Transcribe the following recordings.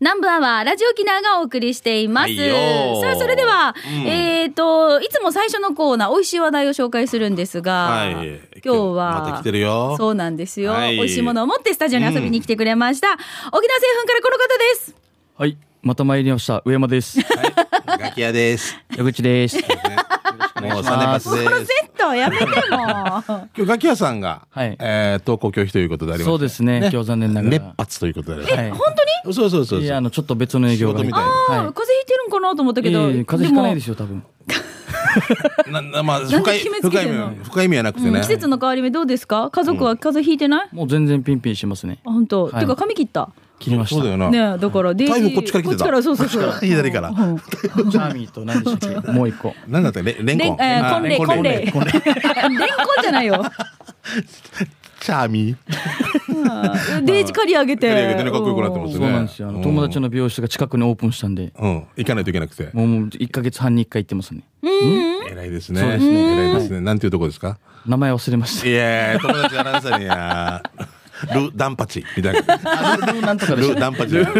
南部アワーラジオキナーがお送りしています。はいよさあ、それでは、うんえっと、いつも最初のコーナー、美味しい話題を紹介するんですが、はい今日は、また来てるよそうなんですよ、はい美味しいものを持ってスタジオに遊びに来てくれました。沖縄製粉からこの方です。はい、また参りました。上山です。はい、ガキ屋です。 矢口です。もう三連発です。ペット、やめて も。今日ガキ屋さんが、はいえー、投稿拒否ということであります。そうですね今日残念ながら熱発ということであります。はい。そうそうそうそう。いや、あの、ちょっと別の営業が。仕事みたいなあーはい。風邪ひいてるんかなと思ったけいど、やいや風邪ひかないですすよ、多分。ななまあなん深でい決めつけ深いて意んの味深い意味はなくてうんね。季節の変わり目どうですか家族は風邪ひいてない、もう全然ピンピンしてますね。あ本当、はいてか髪切った切りました。そうだよな。ねえだからデイジー台風こっちから来てたこっちからそうそうそうこっちから左からうんうんチャーミーと何でしたっけ もう一個。なんだってレレンレコンン。えーあコンレイコンレイレンコンじゃないよチャーミー。うんデイジ刈り上げて刈り上げてねかっこよくなってますそねうなんですよ。あうの、ん友達の美容室が近くにオープンしたんで、うん行かないといけなくて。もうもう1ヶ月半に1回行ってますね。偉いですね。そうですね偉いですね。なんていうとこですか。名前忘れましいやー友達アナウンサーにやールダンパチみたいな。た。ルーなんとかでしルた。ダンパチ。ル本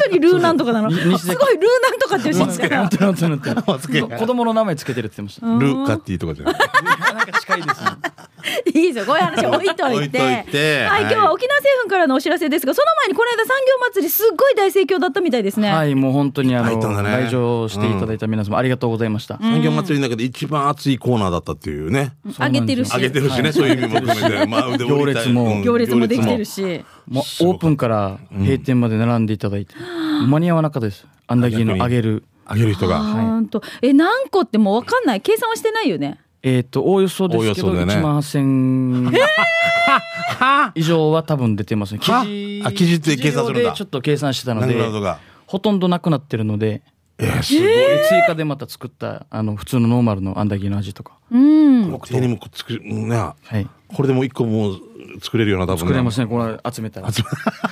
当にルーなんとかなのそうそうあすごいルーなんとかって言うしけなんてなんてなんてなんてつけ子供の名前つけてるって言ってましカッティとかじゃない。た。なんか近いですね。いいですよこういう話置いと置いいてといてはい、今はい日は沖縄製粉からのお知らせですがその前にこの間産業祭りすっごい大盛況だったみたいですね、はい、もう本当にあいっぱいの、いたんだね来場していただいた皆様ありがとうございました。産業祭りの中で一番熱いコーナーだったっていうね。そうな上んですげよてるし上げてるしね、そういう意味も含めて。まあ、腕折りたい行列もうん行列もできてるしもうオープンから閉店まで並んでいただいて、間に合わなかったです。あんだけの揚げる。上げる人が。い本当え何個ってもう分かんない計算はしてないよねえっ、と、おおよそですけおど、およそでね1万8000、以 上は多分出てますね。は生地あ生地って計算するんだ生地用でちょっと計算してたの何でグラムとか、ほとんどなくなってるので、えー、すごい。で追加でまた作った、あの、普通のノーマルのあんだけの味とか。うん手にもこう作る、うんね、はい。これでもう一個もう作れるような、多分。作れますすね、これ集めたら。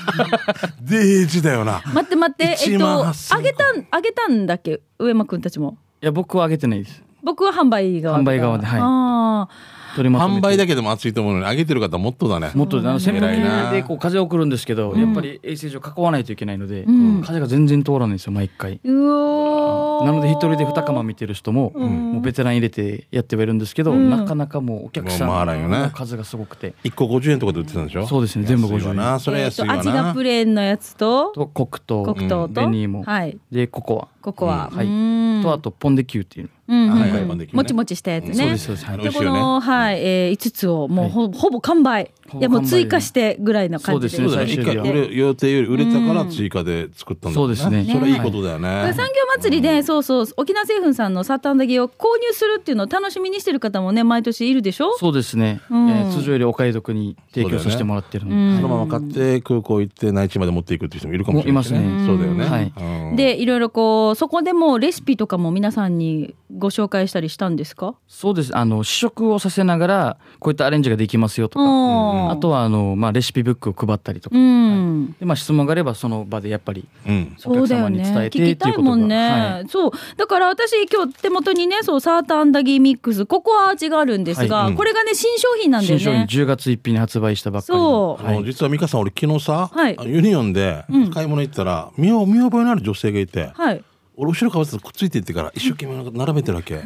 デージだよな。待って待って、えっ1万と、 8000あげたん、あげたんだっけ、上間くんたちも。いや、僕は揚げてないです。僕は販売側だ。販売側ではいあ取 りまと販めて売だけでも熱いと思うのに、上げてる方もっとだね。もっとあの扇風偉いな機でこう風を送るんですけど、やっぱり衛生上囲わないといけないので、風が全然通らないんですよ毎回。ーうおー。なので一人で二釜見てる人も、もうベテラン入れてやってはいるんですけど、なかなかもうお客さもう回らんよんねの数がすごくて、一個50円とかで売ってたんでしょそうですね全部50円安いわな、それは安いえわっと、な。味がプレーンのやつと。と黒糖、黒糖と。紅芋、はい。でココア、ここは。はいうんとあとポンデキューっていう、うんうんはいはいポンデキューねもちもちしたやつね。そうですそうです。はい美で味しこいよねの、はい、えー、5つをもうほ,、ほぼ完売。ほぼ完売いや、もう追加してぐらいの感じで。そうですねそうだよ最一終日は回売れ予定より売れたから追加で作ったんだもんそうですねそれはいいことだよね。産業祭りで、そうそう、沖縄製粉さんのサーターアンダギーを購入するっていうのを楽しみにしてる方もね、毎年いるでしょそうですね、うんえー通常よりお買い得に提供させてもらってるので、そのまま買って空港行って内地まで持っていくっていう人もいるかもしれないし、いますねそうだよね。はいうんでいろいろこうそこでもレシピとかも皆さんにご紹介したりしたんですか、そうですあの試食をさせながらこういったアレンジができますよとか、ああとははあの、まあ、レシピブックを配ったりとかう、ん、でまあ質問があればその場でやっぱりうん。お客様に伝えて聞っきてたいういこともが、んね、はい、そうだから私今日手元にねそうサーターアンダギーミックスココア味があるんですが、はいうんこれがね新商品なんだよ新ね商品10月1日に発売したばっかりそのうあの実は美香さん俺昨日さ、はいユニオンで買い物行ったら、見よ見覚えのある女性がいて、はい俺後ろかわせてくっついていってから一生懸命並べてるわけ、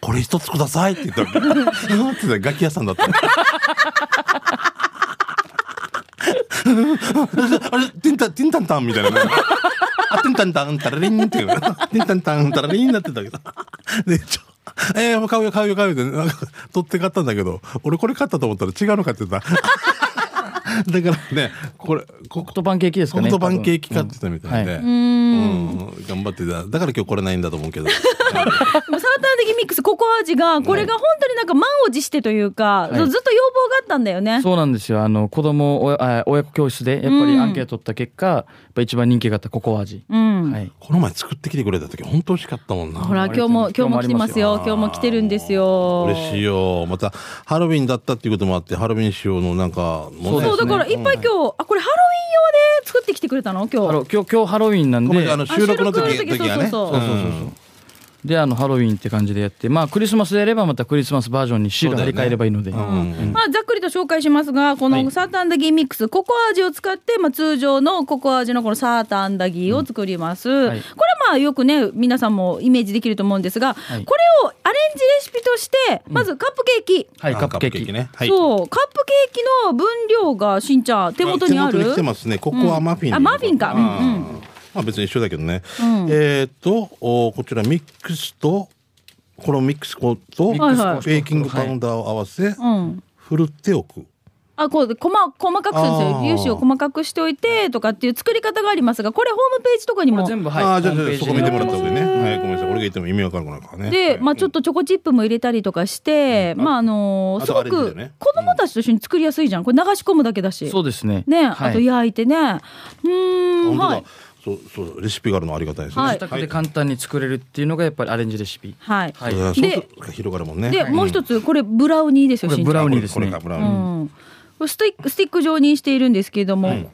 これ一つくださいって言ったわけ すごいって言ったらガキ屋さんだった あれティンタンティンタンタンみたいなねあティンタンタンタラリンっていうティンタンタンタラリンになってたけどでちょえー、もう買うよ買うよ買うよってなんか取って買ったんだけど俺これ買ったと思ったら違うの買ってた だからねこれこ黒糖パンケーキですかソねフトパンケーキ買ってたみたいで、はうん頑張ってただから今日来れないんだと思うけどでもサーターアンダギーミックスココア味がこれが本当になんか満を持してというか、いずっと要望があったんだよねそうなんですよあの子供おあ親子教室でやっぱりアンケート取った結果、やっぱ一番人気があったココア味、うんはい、この前作ってきてくれた時本当美味しかったもんなほら今日も今日も来てますよ今日も来てるんですよ嬉しいよまたハロウィンだったっていうこともあってハロウィン仕様のなんかもそうだからいっぱい今日あこれハロウィン用で作ってきてくれたの今ハ日ロ今日今日ハロウィンなんごめんあでの収録の時あ収録の時時はねそうそうそうそうそううんであのハロウィンって感じでやってまあクリスマスでやればまたクリスマスバージョンにシール貼り替えればいいので、うんまあ、ざっくりと紹介しますがこはのいサーターアンダギーミックス、ココア味を使って、まあ、通常のココア味のこのサーターアンダギーを作ります、はこれはいまあよくね皆さんもイメージできると思うんですが、いこれをアレンジレシピとしてまずカップケーキ、はいカップケーキね。はい。そうカップケーキの分量がしんちゃん手元にあ手元るに来てますね。ここはマフィン。うんあマフィンかうんうんあーまあ別に一緒だけどね。えっと、おこちらミックスと、このミックス粉と、ベはいはいーキングパウンダーを合わせ、うん振るっておく。あこう細細かくするんですよあー粒子を細かくしておいてとかっていう作り方がありますがこれホームページとかにこれも全部はいああ、じゃあ、ホじームゃペあージそでこ見てもらった方がいいね。はい、ごめんなさい。俺が言っても意味わからなくなるからね。で、まあ、ちょっと。とチョコチップも入れたりとかして、まああのーすあとごアレンジだくよね子供たちと一緒に作りやすいじゃんこれ流し込むだけだしそうですねね、はいあと焼いてねうーん本当はだい、。そう、そう、レシピがあるのはありがたいですね。はい自宅で簡単に作れるっていうのがやっぱりアレンジレシピはいはいそうすると広がるもんね。で、もう一つこれブラウニーですよこしれんちゃんブラウニーですねこれか、ブラウうニー。ん、これスティックスティック状にしているんですけれども、はい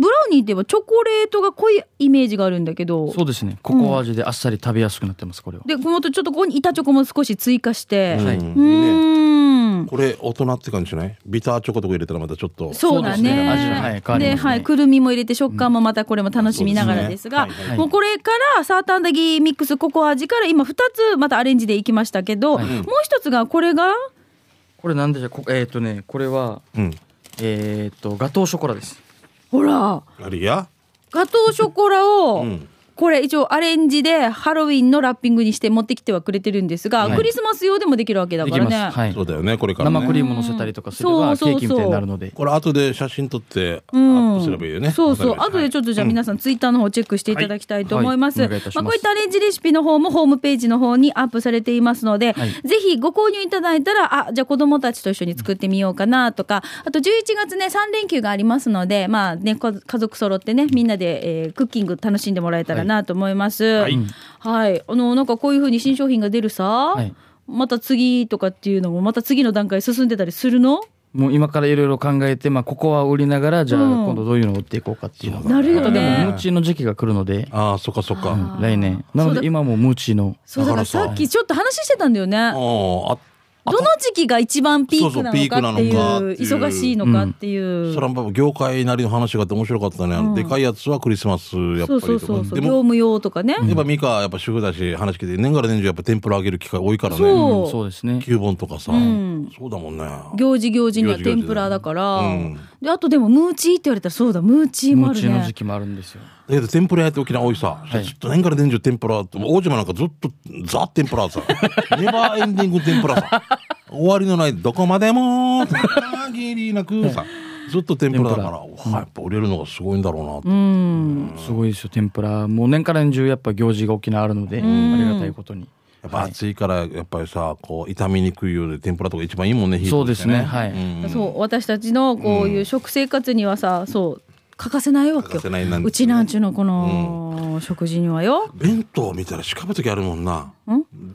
ブラウニーって言えばチョコレートが濃いイメージがあるんだけどそうですねココア味であっさり食べやすくなってますこれはでこの後ちょっとここに板チョコも少し追加して、うんはいううんいいねーんこれ大人って感じじゃないビターチョコとか入れたらまたちょっとそうだそうですね。ね味がはい変わりますねで、はい、くるみも入れて食感もまたこれも楽しみながらですが、うんそうですねはいはいもうこれからサーターアンダギーミックスココア味から今2つまたアレンジでいきましたけど、はいもう一つがこれがこれなんでしょうこえっ、とねこれはうんえっ、とガトーショコラですほらあれやガトーショコラを、んこれ一応アレンジでハロウィンのラッピングにして持ってきてはくれてるんですが、はいクリスマス用でもできるわけだでかきらます、ね。はいそうだよねこれからね生クリーム乗せたりとかすれうばんケそうそうそうーキみたいになるのでこれ後で写真撮ってアうんップすればいいよねそうそう。わか後りまでしちたょっとじゃあ皆さんツイッターの方チェックしていただきたいと思います。はいはいお願いいたしままあすこういったアレンジレシピの方もホームページの方にアップされていますので、はいぜひご購入いただいたら、あ、じゃあ子供たちと一緒に作ってみようかなとか、あと11月ね、3連休がありますので、まあね、こ家族揃ってね、みんなで、えークッキング楽しんでもらえたらなと思います。はいい。あの、なんかこういうふうに新商品が出るさ、はいまた次とかっていうのも、また次の段階進んでたりするのもう今からいろいろ考えて、まあ、ここは売りながらじゃあうん今度どういうのを売っていこうかっていうのが、なるよでもムねー。チーの時期が来るので、ああそっかそっかうあん来年なそうのだで今もうムーチーのそうだからだからささっきちょっと話してたんだよね。ああどの時期が一番ピークなそうそうピークのかなってのかいっうていう忙しいのかっていう、そら業界なりの話があって面白かったねあのでかいやつはクリスマスやっぱそうりそうとそうかそうで業も務用とかね、やっぱミカはやっぱ主婦だし話聞いて年がら年中やっぱ天ぷら揚げる機会多いからそうねうんそうですね旧本とかさんそうだもんね行事行事には行事行事天ぷらだから、うんであとでもムーチーって言われたらそうだムーチーもムあーるチーのね時期もあるんですよだけど天ぷら屋って沖縄多いさ、いちょっと年から年中天ぷらって大島なんかずっとザ天ぷらさネバーエンディング天ぷらさ終わりのないどこまでも限りなくさずっと天ぷらだから、わあやっぱ売れるのがすごいんだろうなって、うんすごいですよ天ぷらもう年から年中やっぱ行事が沖縄あるので、ありがたいことにやっぱ暑いからやっぱりさこう傷みにくいようで天ぷらとか一番いいもんね火通そうってですねはい、そう私たちのこういう食生活にはさそう欠かせないわけよ欠かせないなんてねうちなんちゅうのこの、食事にはよ弁当見たらしかぶときあるもんな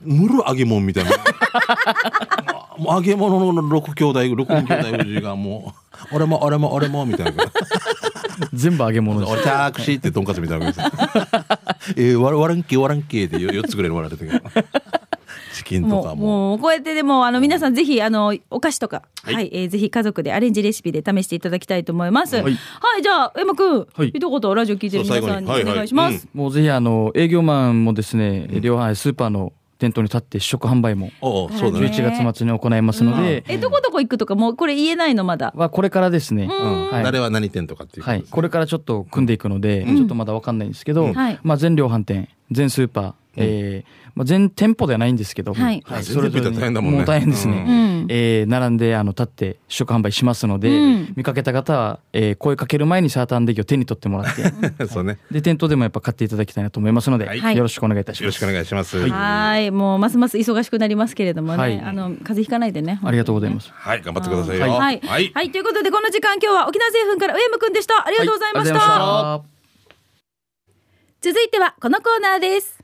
むる揚げもんみたいな もう揚げ物の六兄弟六人兄弟夫人がもう 俺も俺も俺もみたいな 全部揚げ物です俺タクシーってとん かつみたいな感じでえー、わわらんけわらんけって4つぐらいに笑ってたけど チキンともかうももうこうやってでもあの皆さんぜひあのお菓子とか、はいえーぜひ家族でアレンジレシピで試していただきたいと思います。はい、じゃあエマ君、はい一言ラジオ聞いてる皆そうさんに最後にお願いします。はいはいもうぜひあの営業マンもですね、両方スーパーの店頭に立って試食販売もおうそうだねね11月末に行いますので、えどこどこ行くとかもうこれ言えないのまだ。はこれからですね、うんはい誰は何店とかっていうこはといで、すねこれからちょっと組んでいくので、ちょっとまだわかんないんですけど、はいまあ、全量販店全スーパー、えーまあ、全店舗ではないんですけど、はいあ全それぞれ店舗行ったら大変にだもんねもう大変ですね、うんえー並んであの立って試食販売しますので、うん見かけた方は、えー声かける前にサーターアンデギを手に取っても らっ てそうねで店頭でもやっぱ買っていただきたいなと思いますので、はいよろしくお願いいたしよまろしすくお願いしますはいもうますます忙しくなりますけれどもね、はいあの風邪ひかないでね。ありがとうございますはい頑張ってくださいよはい、はいはいはいということでこの時間今日は沖縄製粉から上山くんでした。ありがとうございました。はありがとうございました続いてはこのコーナーです。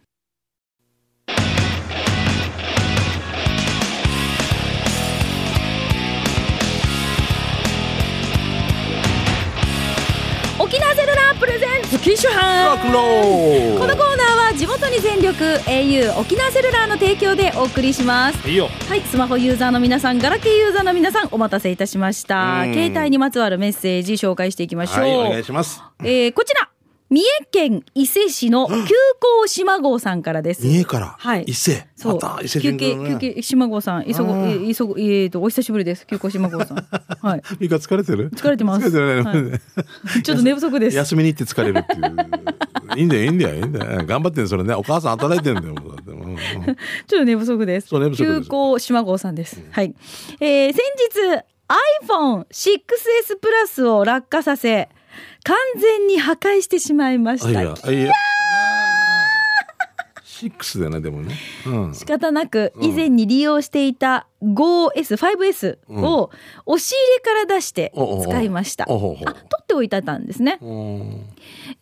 沖縄セルラープレゼンツ機種ロ班ックンロールこのコーナーは地元に全力 au 沖縄セルラーの提供でお送りしますいいよはい、スマホユーザーの皆さん、ガラケーユーザーの皆さん、お待たせいたしました。うん携帯にまつわるメッセージ紹介していきましょう。はいお願いしますえーこちら、三重県伊勢市の急行島郷さんからです。三重から、はい伊勢そうまた伊勢休神憩、宮の休ね憩、島郷さん、急ご、うんえ急ご、えーと、お久しぶりです。急行島郷さん。 はい。ミカ疲れてる疲れてます疲れてないのねちょっと寝不足です。休みに行って疲れるっていう。いいんだよ、いいんだよ、いいんだよ。頑張ってんそれね。お母さん働いてんだよ。もうだってうんうんちょっと寝不足です。そう寝不足です急行島郷さんです。はい。えー先日、iPhone6S プラスを落下させ、完全に破壊してしまいまあ、しいた。や、あいや。シックスだよね、でもね。うん。仕方なく以前に利用していた 5S、5S を押し入れから出しておうおうおう使いました。あ、おほほ取っておいてあったんですね。うん。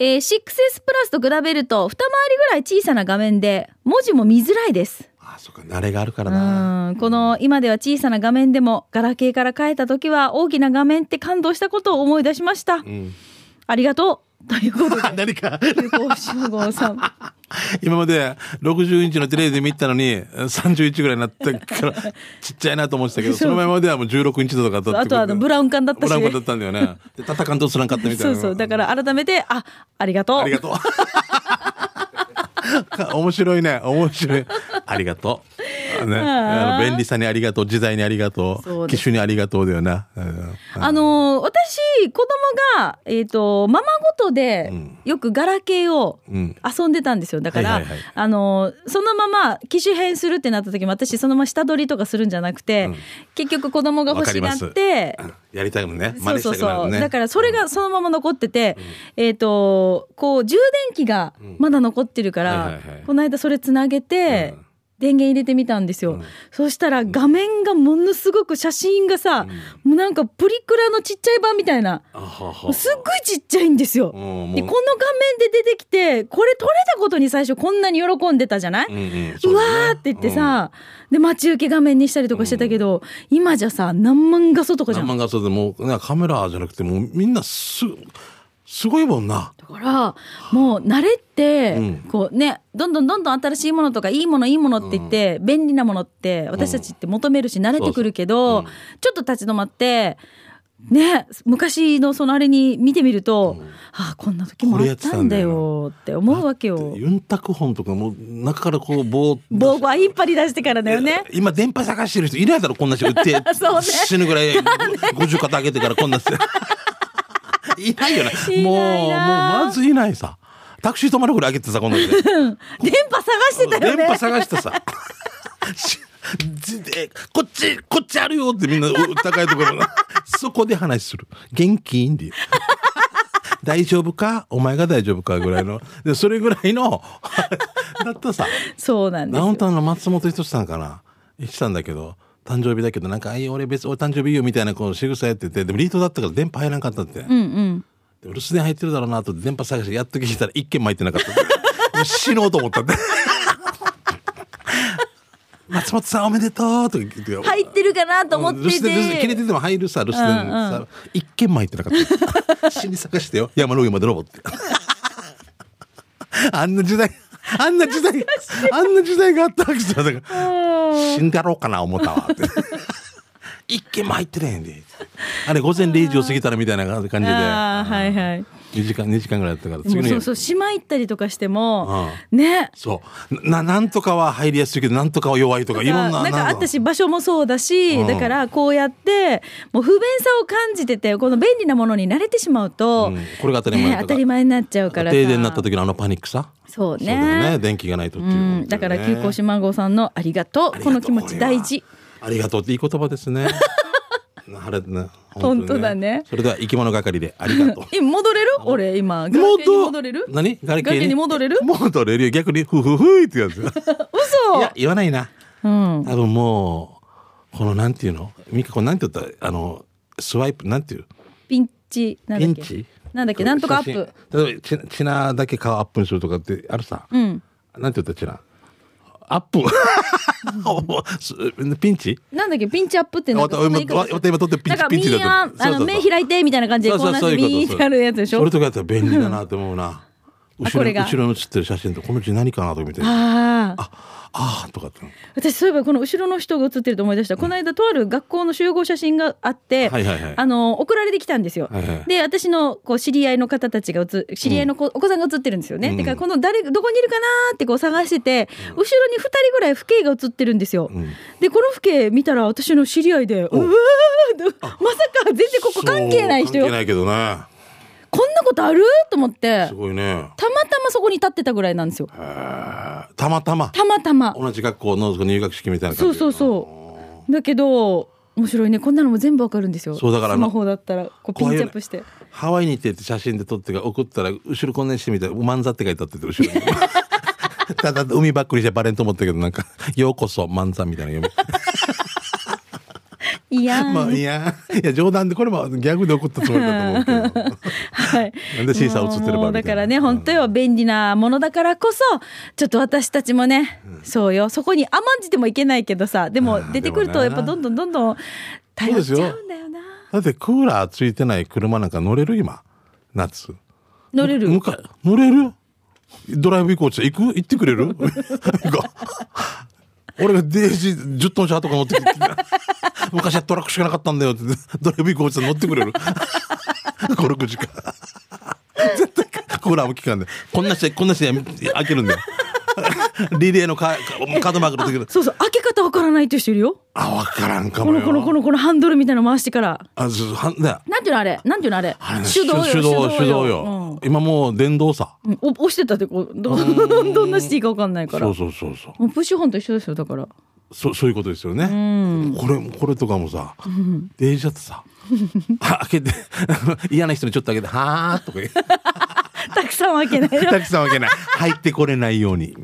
えー 6S プラスと比べると二回りぐらい小さな画面で文字も見づらいです。あ、そっか、慣れがあるからな。うん、この今では小さな画面でもガラケーから変えた時は大きな画面って感動したことを思い出しましたう。ん。ありがとう。という ことで、何か、流行集合 さん。今まで60インチのテレビで見てたのに、31ぐらいに なったから、ちっちゃいなと思ってたけど、その前まではもう16インチとかだったってあとはあのブラウン管だったしブラウン管だったんだよね。で戦んとすらんかったみたいそな。うそう。だから改めて、あ、ありがとう。ありがとう。 面白いね。面白い。ありがとう。ね、あーあの便利さにありがとう。時代にありがとそうう。です機種にありがとうだよな。うんあのー私子供がえっ、とママごとでうんよくガラケーをうん。遊んでたんですよだから、はいはいはいあのーそのまま機種変するってなった時も私そのまま下取りとかするんじゃなくて、うん結局子供が欲しがってあのやりたいもんね。真そう似しそうたくなそるう、ね。だからそれがそのまま残ってて、えっ、とこう充電器がまだ残ってるかうんはいら、はいはいこの間それつなげて、うん電源入れてみたんですよ、うんそしたら画面がものすごく写真がさ、もうなんかプリクラのちっちゃい版みたいなあははすっごいちっちゃいんですよ、うんもうでこの画面で出てきてこれ撮れたことに最初こんなに喜んでたじゃない、ううんうんわーって言って、さ、で待ち受け画面にしたりとかしてたけど、今じゃさ何万画素とかそうじだゃねんうん、漫画そうでもうねカメラじゃなくてもうみんなすすごいもんな。だからもう慣れって、うんこうねどんどんどんどん新しいものとかいいものいいものって言って、便利なものって私たちって求めるし慣れてくるけど、そうそうちょっと立ち止まってね昔のそのあれに見てみると、うんああこんな時もあったんだよって思うわけよ。ユンタク本とかもう中からこう棒防護は引っ張り出してからだよね。今電波探してる人いないだろこんな人売ってそうね死ぬぐらい50肩上げてからこんな 人いないよねいないなもうもうまずいないさタクシー止まるぐらい上げてさこんな人電波探してたよ電ね。波探し てさしじえこっちこっちあるよってみんなう高いところのそこで話する元気いいんで よ大丈夫かお前が大丈夫かぐらいのでそれぐらいの だったさそうなんですダウンよ。タウンの松本人志さんかな言ってたんだけど、誕生日だけど、なんか、あい、俺別、俺誕生日いいよみたいな、こう、仕草やってて、でもリートだったから電波入らなかったって。うんうん。で留守電入ってるだろうなと、電波探して、やっと聞いたら一件も入ってなかった って。もう死のうと思ったって。松本さんおめでとうとか言ってよ入ってるかなと思って留守電留守電切れて。てても入るさ留守電うんうさ一軒も入ってなかった 死に探してよ山の上まで登って あんな時代あんな時代あんな時代があったわけじゃだから死んだろうかな思ったわ って一軒も入ってないんであれ午前0時を過ぎたらみたいな感じでああはいはい。 2時間2時間ぐらいやったからもうのそ夜うそう島行ったりとかしても、ねそうななんとかは入りやすいけどなんとかは弱いとかいろんななんかあんったし場所もそうだし、うんだからこうやってもう不便さを感じててこの便利なものに慣れてしまうと、うんこれが当たり前だねから 当たり前になっちゃうからさ停電になった時のあのパニックさそうねだよね電気がないとってう、いうんだから急行島郷さんのありがとうありがとうこの気持ち大事ありがとうっていい言葉です ねあれね本当だねそれでは生き物係であり がとうえ戻れる俺今ガラケーに戻れる何ガラケガラケーーにに戻れる 戻れるよ逆にふふふいってやつい嘘や言わないなうん多分もうこのなんていうのミカこれなんて言ったあのスワイプなんていうピンチなんだっけピンチなんだっけなんとかアッププ例えばチナチナだけ顔アップにするとかってあるさうんなんて言ったチナアップ。 おすピンチなんだっけピンチアップってなんわかたそんな今言い方わた今撮ってピなンんチかピンミチーだアとン思う。あの目開いてみたいな感じでこうなってミーってやるやつでしょ俺とかやったら便利だなって思うな。 あ後ころれが後ろに写ってる写真とこの字何かなとか見て、ああああーとかって。私そういえばこの後ろの人が写ってると思い出したこの間とある学校の集合写真があって、はいはいはいあの送られてきたんですよ、はいはいで私のこう知り合いの方たちが写知り合いの子、お子さんが写ってるんですよね、うんだからこの誰どこにいるかなーってこう探してて、後ろに2人ぐらい父兄が写ってるんですよ、うんでこの父兄見たら私の知り合いでうわーまさか全然ここ関係ない人そうよ関係ないけどね。こんなことあると思ってすごいね。たまたまそこに立ってたぐらいなんですよへーたまたまたまたま同じ学校の入学式みたいなそ感うじ。そうそうだけど面白いねこんなのも全部わかるんですよそうだからあスのマホだったらこうピンチアップしてハワイに行ってって写真で撮ってが送ったら後ろこんなにしてみたら「漫才」って書いてあってて 後ろに。ただ海ばっくりしてバレンと思ったけどなんか「ようこそ漫才」みたいな読 いやみ まあいーやいや冗談でこれもギャグで送ったつもりだと思うけ どはいなんでシーサー映ってればみたいなもうだからね本当よ便利なものだからこそちょっと私たちもねそうよそこに甘んじてもいけないけどさでもうん出てくるとでやもっなぱどんどんどんどん頼っちゃうんだよなだってクーラーついてない車なんか乗れる今夏乗れるむか乗れるドライブ行こうって行く行ってく れるなんか俺がデージ10トン車とか乗ってきて 昔はトラックしかなかったんだよってドライブ行こうって乗ってくれる56時間絶対クーラーも効かんでこんな人こんな人開けるんだよリレーのカーカードマークの時のそうそう開け方わからないという人いるよあわからんかこものよこのこのこのハンドルみたいなの回してからあそうはんだなんていうのあれなんていうのあれあれ手動よ手動手動よ、うん今もう電動さうんお押してたってこうど どんなシティかわかんないからそうそうそうそうもうプッシュホンと一緒ですよだ からそそういうことですよね。これこれとかもさ、電車とさ、あ開けて 嫌な人にちょっと開けてはーとか言 う。たくさん分けないよたくさん開けない。入ってこれないように。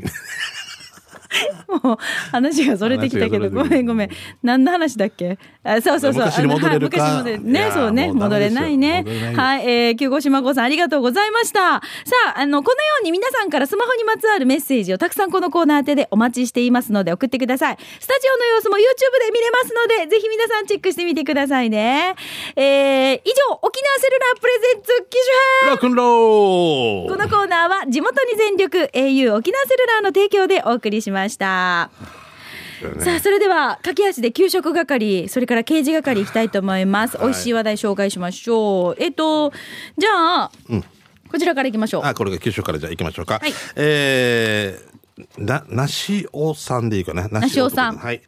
もう 話がそれてきたけど話がごそれてきためんごめん何の話だっけあそうそうそう昔に戻れるかあのはい昔に戻れるいやねーそうねもうダ戻メでれすよないね戻れないよはいえー、九五島子さんありがとうございましたさああのこのように皆さんからスマホにまつわるメッセージをたくさんこのコーナー宛てでお待ちしていますので送ってくださいスタジオの様子も YouTube で見れますのでぜひ皆さんチェックしてみてくださいねえー、以上沖縄セルラープレゼンツ機種編ロックンロこーのコーナーは地元に全力 au 沖縄セルラーの提供でお送りしました。さあそれでは駆け足で給食係それから刑事係いきたいと思います、い美味しい話題紹介しましょうえっとじゃあ、こちらからいきましょうあこれが九州からじゃあ行きましょうか。はいえーな、なしおさんでいいかな。ななしおさんはい。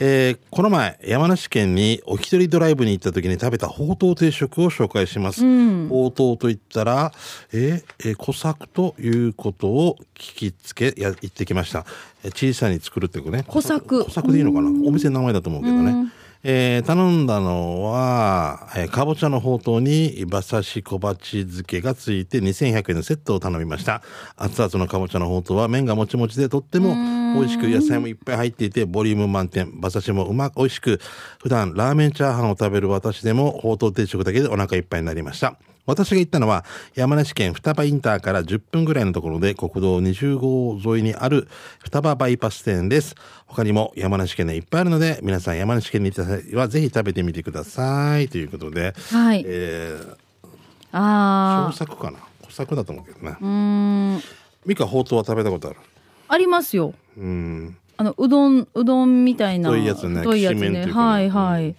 えーこの前、山梨県にお一人ドライブに行った時に食べたほうとう定食を紹介します。ほうとうと言ったら、えーえー小作ということを聞きつけ、や、言ってきました。えー小さに作るってことね。小作小作でいいのかなお店の名前だと思うけどね。えー頼んだのは、えーかぼちゃのほうとうに馬刺し小鉢漬けがついて2100円のセットを頼みました熱々のかぼちゃのほうとうは麺がもちもちでとっても美味しく野菜もいっぱい入っていてボリューム満点馬刺しもうまく美味しく普段ラーメンチャーハンを食べる私でもほうとう定食だけでお腹いっぱいになりました私が行ったのは山梨県双葉インターから10分ぐらいのところで国道20号沿いにある双葉バイパス店です。他にも山梨県でいっぱいあるので皆さん山梨県に行った際はぜひ食べてみてくださいということで、はいえー、小あー作かな小作だと思うけどね。うーんミカほうとうは食べたことある。ありますようん。あのうどんうどんみたいな太いやつね太いやつきしめんとねいうかねはいはい、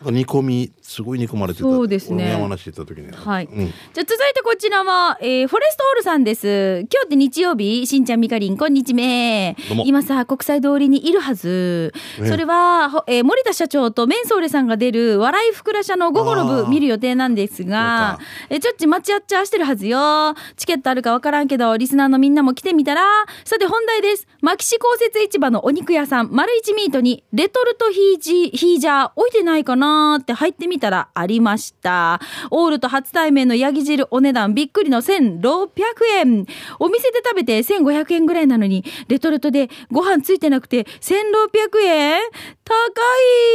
煮込みすごい煮込まれてた。そうですね俺も山梨行った時に。はい。うんじゃあ続いてこちらは、えーフォレストオールさんです。今日って日曜日、しんちゃん、みかりん、こんにちめどうも。今さ、国際通りにいるはず。ねそれは、ほえー森田社長とメンソーレさんが出る、笑いふくら社の午後のあー部見る予定なんですがそうか、えーちょっち待ち合っちゃしてるはずよ。チケットあるかわからんけど、リスナーのみんなも来てみたら。さて本題です。牧師公設市場のお肉屋さん、丸一ミートに、レトルトヒージヒージャー置いてないかなーって入ってみたらありました。オールと初対面のヤギ汁お値段びっくりの1600円。お店で食べて1500円ぐらいなのに、レトルトでご飯ついてなくて1600円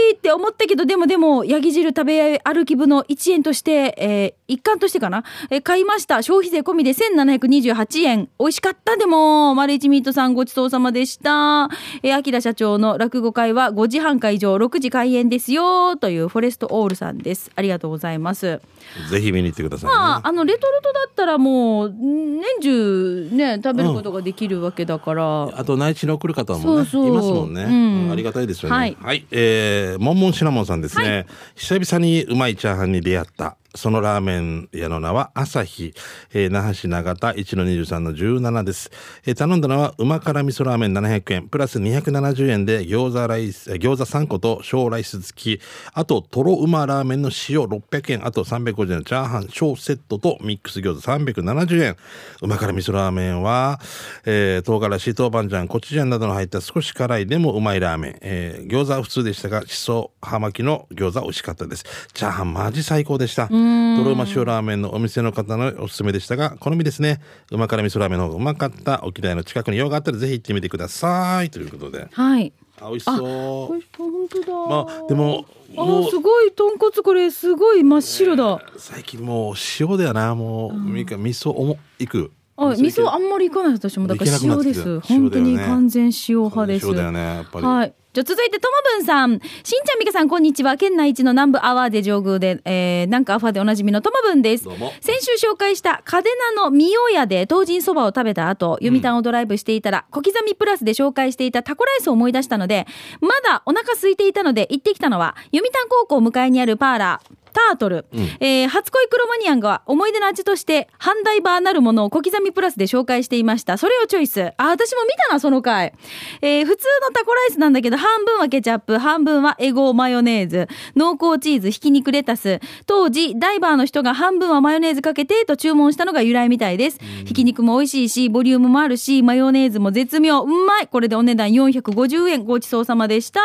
いって思ったけど、でもでも、ヤギ汁食べ歩き部の1円として、えー一貫としてかな、えー買いました。消費税込みで1728円。美味しかったでも、マルチミートさんごちそうさまでした。えー、アキラ社長の落語会は5時半会場、6時開演ですよ、というフォレストオールさんです。ありがとうございます。ぜひ見に行ってください、ね。まあ、あのレトルトだったらもう年中ね食べることができるわけだから、あと内地に送る方もねそうそういますもんね、うんうんありがたいですよね。ははいい、えー、もんもんシナモンさんですね、久々にうまいチャーハンに出会った。そのラーメン屋の名は朝日、えー那覇市長田1の23の17です、えー頼んだのは旨辛味噌ラーメン700円、プラス270円で餃子ライス、えー餃子3個と小ライス付き、あととろうまラーメンの塩600円、あと350円のチャーハン小セットとミックス餃子370円。旨辛味噌ラーメンは、えー唐辛子、豆板醤、コチュジャンなどの入った少し辛いでもうまいラーメン。えー餃子は普通でしたが、しそ、葉巻の餃子美味しかったです。チャーハンマジ最高でした。とろうま塩ラーメンのお店の方のおすすめでしたが、好みですね。旨辛味噌ラーメンの方がうまかった。沖縄の近くに用があったらぜひ行ってみてください。ということで。はいあ、美味しそこうれ。本当だ、まあ、でも、あもうすごい豚骨これすごい真っ白だ、最近もう塩だよな。もう、みか味噌おも、いく。あ味噌あいんまりいかない私もだからできな塩くなでってきたす塩だよね本当に完全塩派です塩だよね、やっぱり。はい。じゃあ続いてともぶんさん。しんちゃんみかさん、こんにちは。県内一の南部アワーで上宮で、えー、なんかアファでおなじみのともぶんです。どうも先週紹介したカデナのミオ屋で東神そばを食べた後、読谷をドライブしていたら、小刻みプラスで紹介していたタコライスを思い出したので、まだお腹空いていたので行ってきたのは、読谷高校向かいにあるパーラー。タートル、えー初恋クロマニアンが思い出の味として、ハンダイバーなるものを小刻みプラスで紹介していました。それをチョイス。あ、私も見たな、その回。えー普通のタコライスなんだけど、半分はケチャップ、半分はエゴマヨネーズ、濃厚チーズ、ひき肉レタス。当時、ダイバーの人が半分はマヨネーズかけてと注文したのが由来みたいです。ひき肉も美味しいし、ボリュームもあるし、マヨネーズも絶妙。うまいこれでお値段450円。ごちそうさまでした。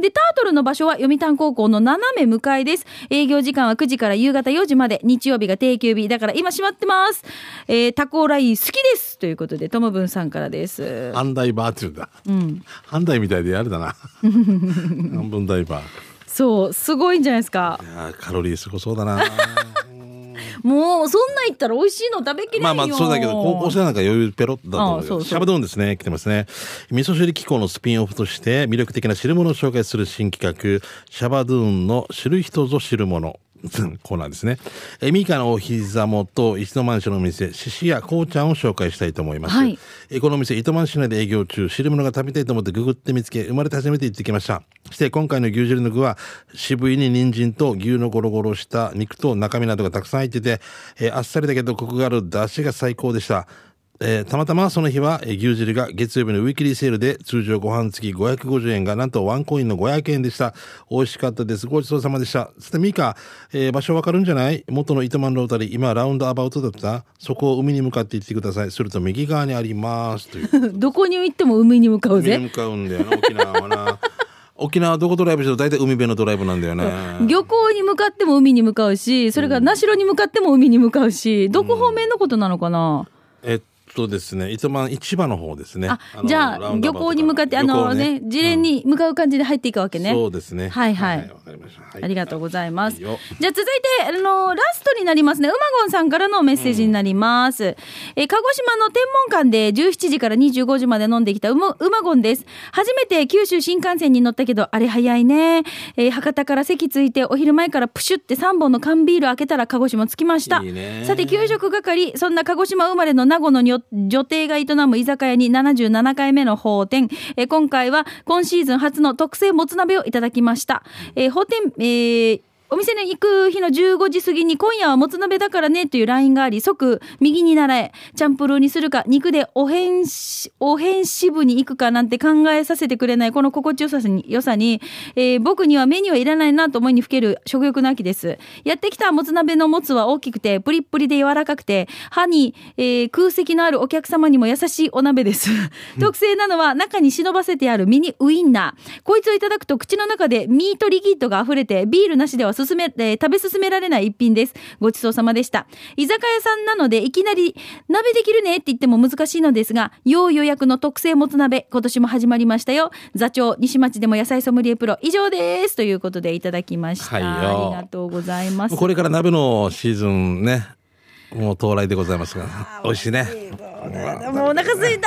で、タートルの場所は読谷高校の斜め向かいです。営業時間は9時から夕方4時まで。日曜日が定休日。だから今閉まってます。えータコライ好きですということで、ともぶんさんからです。半ダイバーっていうんだ。半ダイみたいでやるだな。 半分ダイバー。そう、すごいんじゃないですか。いやーカロリーすごそうだな。もう、そんなん言ったら美味しいの食べきれまなあいよ。まあそうだけど、高校生なんか余裕ペロッだと思うあけあそうど。そうシャバドゥーンですね、来てますね。味噌汁機構のスピンオフとして魅力的な汁物を紹介する新企画、シャバドゥーンの知る人ぞ知るもの。 コーナーですね。え、ミカのお膝元、一度満市のお店、獅子屋こうちゃんを紹介したいと思います。はいえーこのお店、糸満市内で営業中、汁物が食べたいと思ってググって見つけ、生まれて初めて行ってきました。そして今回の牛汁の具は、渋いに人参と牛のゴロゴロした肉と中身などがたくさん入ってて、えーあっさりだけどコクがある出汁が最高でした。えーたまたまその日は、えー牛汁が月曜日のウィークリーセールで通常ご飯付き550円がなんとワンコインの500円でした。美味しかったです。ごちそうさまでした。さて、ミカ、えー場所わかるんじゃない元の糸満ロータリー、今ラウンドアバウトだったそこを海に向かって行ってください。すると右側にあります。という。 どこに行っても海に向かう海にぜ。向かうんだよな、沖縄はな。 沖縄はどこドライブしても大体海辺のドライブなんだよね。漁港に向かっても海に向かうし、それから名代に向かっても海に向かうし、どこ方面のことなのかな、えっとですね、糸満市場の方ですね。ああ、のじゃラあウ、ンド漁アバウト港に向かって、あの漁港ね、自連に向かう感じで入っていくわけね。そうですね。はいはいわかりました。はいありがとうございます。いいじゃあよ続いて、あの、ラストになりますね。うまごんさんからのメッセージになります。えー鹿児島の天文館で17時から25時まで飲んできたうまうまごんです。初めて九州新幹線に乗ったけど、あれ早いね。えー博多から席ついて、お昼前からプシュって3本の缶ビール開けたら鹿児島着きました。いいねさて、給食係、そんな鹿児島生まれの名護の女女帝が営む居酒屋に77回目の法典。えー今回は今シーズン初の特製もつ鍋をいただきました。えー、法典、えーお店に行く日の15時過ぎに今夜はもつ鍋だからねという LINE があり即右に習えチャンプルーにするか肉でおへんしおへんし部に行くかなんて考えさせてくれないこの心地よさに良さに、えー僕にはメニューはいらないなと思いにふける食欲の秋ですやってきたもつ鍋のもつは大きくてプリップリで柔らかくて歯に、えー空席のあるお客様にも優しいお鍋です特製なのは中に忍ばせてあるミニウインナーこいつをいただくと口の中でミートリキッドが溢れてビールなしでは勧め、えー食べ進められない一品です。ごちそうさまでした。居酒屋さんなので、いきなり、鍋できるねって言っても難しいのですが、要予約の特製もつ鍋、今年も始まりましたよ。座長、西町でも野菜ソムリエプロ、以上です。ということでいただきました。はいあよりがとうございます。これから鍋のシーズンね、もう到来でございますが、美味しいね。もうお腹す いた。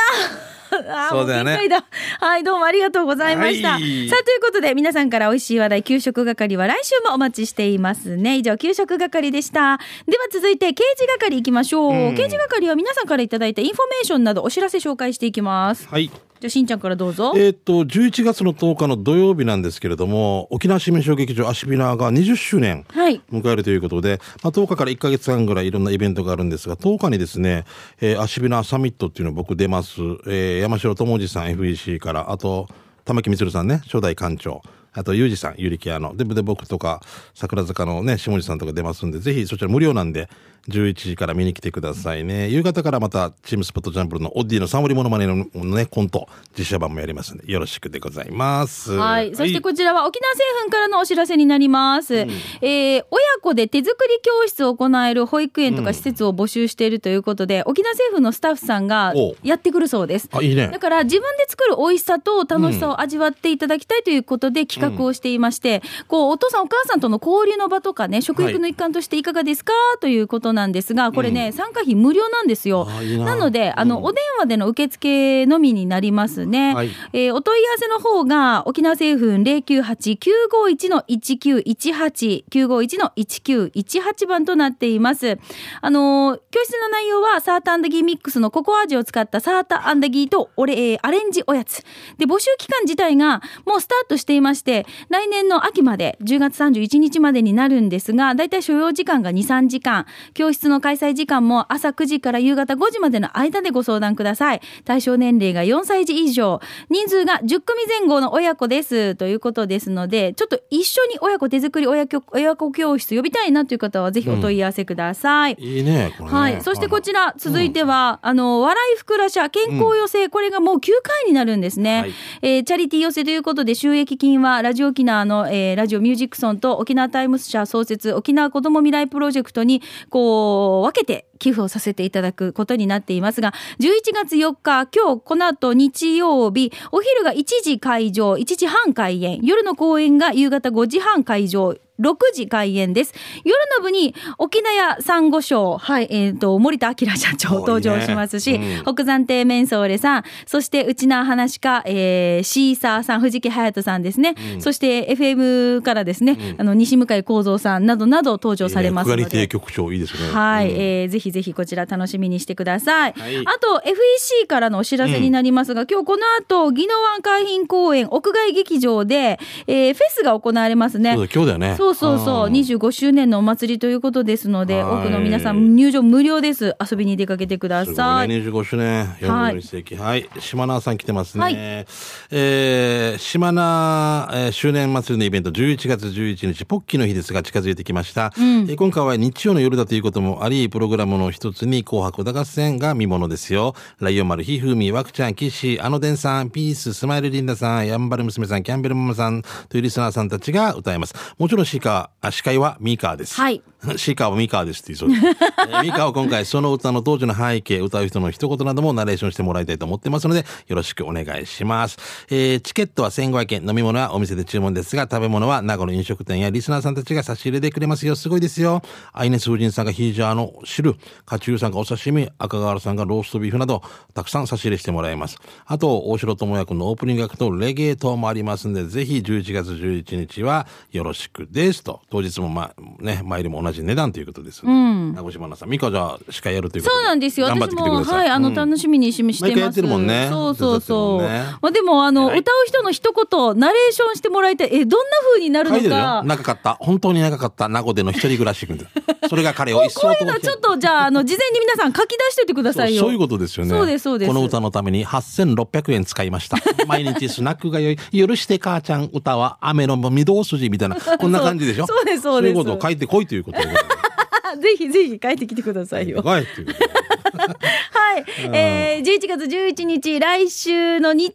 あーそうだよねも限界だはい、どうもありがとうございました。はいさあ、ということで、皆さんから美味しい話題、給食係は来週もお待ちしていますね。以上、給食係でした。では続いて、刑事係いきましょう。刑事係は皆さんからいただいたインフォメーションなど、お知らせ紹介していきます。はい。じゃあ、しんちゃんからどうぞ。えっと、11月の10日の土曜日なんですけれども、沖縄市民小劇場アシビナーが20周年。はい。迎えるということで、まあ、10日から1ヶ月間ぐらいいろんなイベントがあるんですが、10日にですね、えー、アシビナサミットっていうの僕出ます。えー、山城智二さん FEC から、あと、玉木光さんね、初代館長。あと、ゆうじさん、ゆりきやの、で、で、僕とか、桜坂のね、下地さんとか出ますんで、ぜひそちら無料なんで、11時から見に来てくださいね。夕方からまた、チームスポットジャンプルのオッディの3割モノマネのね、コント、実写版もやりますんで、よろしくでございます。はい。そしてこちらは沖縄製粉からのお知らせになります。えー親子で手作り教室を行える保育園とか施設を募集しているということで、沖縄政府のスタッフさんがおうやってくるそうです。あ、いいねだ。から自分で作る美味しさと楽しさを味わっていただきたいということで企画をしていまして、こうお父さんお母さんとの交流の場とかね食育の一環としていかがですかということなんですがこれね、参加費無料なんですよあいいななのであの、お電話での受付のみになりますね、はいえーお問い合わせの方が沖縄製粉098951の1918 951の1918番となっていますあのー教室の内容はサーターアンダギーミックスのココア味を使ったサーターアンダギーとおれ、えーアレンジおやつで募集期間自体がもうスタートしていまして来年の秋まで10月31日までになるんですがだいたい所要時間が23時間教室の開催時間も朝9時から夕方5時までの間でご相談ください対象年齢が4歳児以上人数が10組前後の親子ですということですのでちょっと一緒に親子手作り親子親子教室呼びたいなという方はぜひお問い合わせください、いいね、これねはい。そしてこちら、続いはては、あの、笑いふくらしゃ健康寄せ、これがもう9回になるんですね。はいえーチャリティー寄せということで、収益金は、ラジオ沖縄の、えーラジオミュージックソンと沖縄タイムス社創設、沖縄子ども未来プロジェクトに、こう、分けて寄付をさせていただくことになっていますが、11月4日、今日、この後日曜日、お昼が1時会場、1時半開演、夜の公演が夕方5時半会場、6時開演です。夜の部に沖縄サンゴ礁、はい、えっ、と、森田明社長登場しますし、多いね北山亭メンソーレさん、そして内縄話家、えー、シーサーさん、藤木隼人さんですね、そして FM からですね、あの、西向井幸三さんなどなど登場されますのいで。いね区割り定局長いいですね。はい、うんえーぜひぜひこちら楽しみにしてください。はいあと FEC からのお知らせになりますが、今日この後宜野湾海浜公園屋外劇場で、えーフェスが行われますねそう。だ今日だよね。そうそうそう、25周年のお祭りということですので、はい多くの皆さん入場無料です。遊びに出かけてくだすさごいい。ね、25周年、4分の1世紀。はい。島縄さん来てますね。はいえー島縄、えー周年祭りのイベント、11月11日、ポッキーの日ですが近づいてきました。えー今回は日曜の夜だということもあり、プログラムの一つに、紅白歌合戦が見ものですよ。ライオン丸、ひふみ、わくちゃん、キッシー、あのでんさん、ピース、スマイルリンダさん、やんばる娘さん、キャンベルママさんというリスナーさんたちが歌います。もちろんシーカー、あ司会はミーカーです。はい。シーカーはミカーですって言い そうです。えーミカーを今回その歌の当時の背景、歌う人の一言などもナレーションしてもらいたいと思ってますので、よろしくお願いします。えーチケットは1500円、飲み物はお店で注文ですが、食べ物は名護の飲食店やリスナーさんたちが差し入れてくれますよ。すごいですよ。アイネス夫人さんがヒージャーの汁、カチューさんがお刺身、赤川さんがローストビーフなど、たくさん差し入れしてもらいます。あと、大城智也君のオープニング楽とレゲエ等もありますんで、ぜひ11月11日はよろしくですと。当日もまあ、ね、参りも同じ値段ということです、うん。名越真奈さん、ミカじゃあ司会やるということそうなんですよ。頑張私ってきてくも、ださい。はい、あの、うん楽しみにししてます。毎回やってるもんねそうそうそう。手伝ってるもんねまあ、でも、あの、はい歌う人の一言、ナレーションしてもらいたい。え、どんな風になる書いてのるよ。か。長かった。本当に長かった。名護での一人暮らし君。それが彼を一層 こういうのはちょっと、じゃあ、あの、事前に皆さん書き出しておいてくださいよ。そうそういうことですよね。そうですそうですこの歌のために8600円使いま した。毎日スナックが良い。許して母ちゃん歌は雨の御堂筋みたいな、こんな感じでし ょそうそうですそうですそういうこと を書いてこいということでございます。あぜひぜひ書いてきてくださいよ。はい、ということでははい。えー、11月11日、来週の日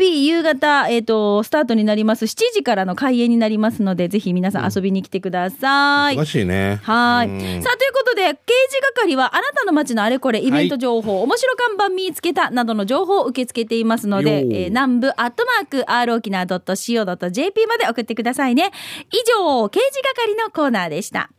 曜日、夕方、えっ、と、スタートになります。7時からの開演になりますので、ぜひ皆さん遊びに来てください。忙しいね。はうい。んさあ、ということで、刑事係はあなたの街のあれこれ、イベント情報、面白看板見つけたなどの情報を受け付けていますのでよ、ーえー南部アットマーク、r 沖縄 .co.jp まで送ってくださいね。以上、刑事係のコーナーでした。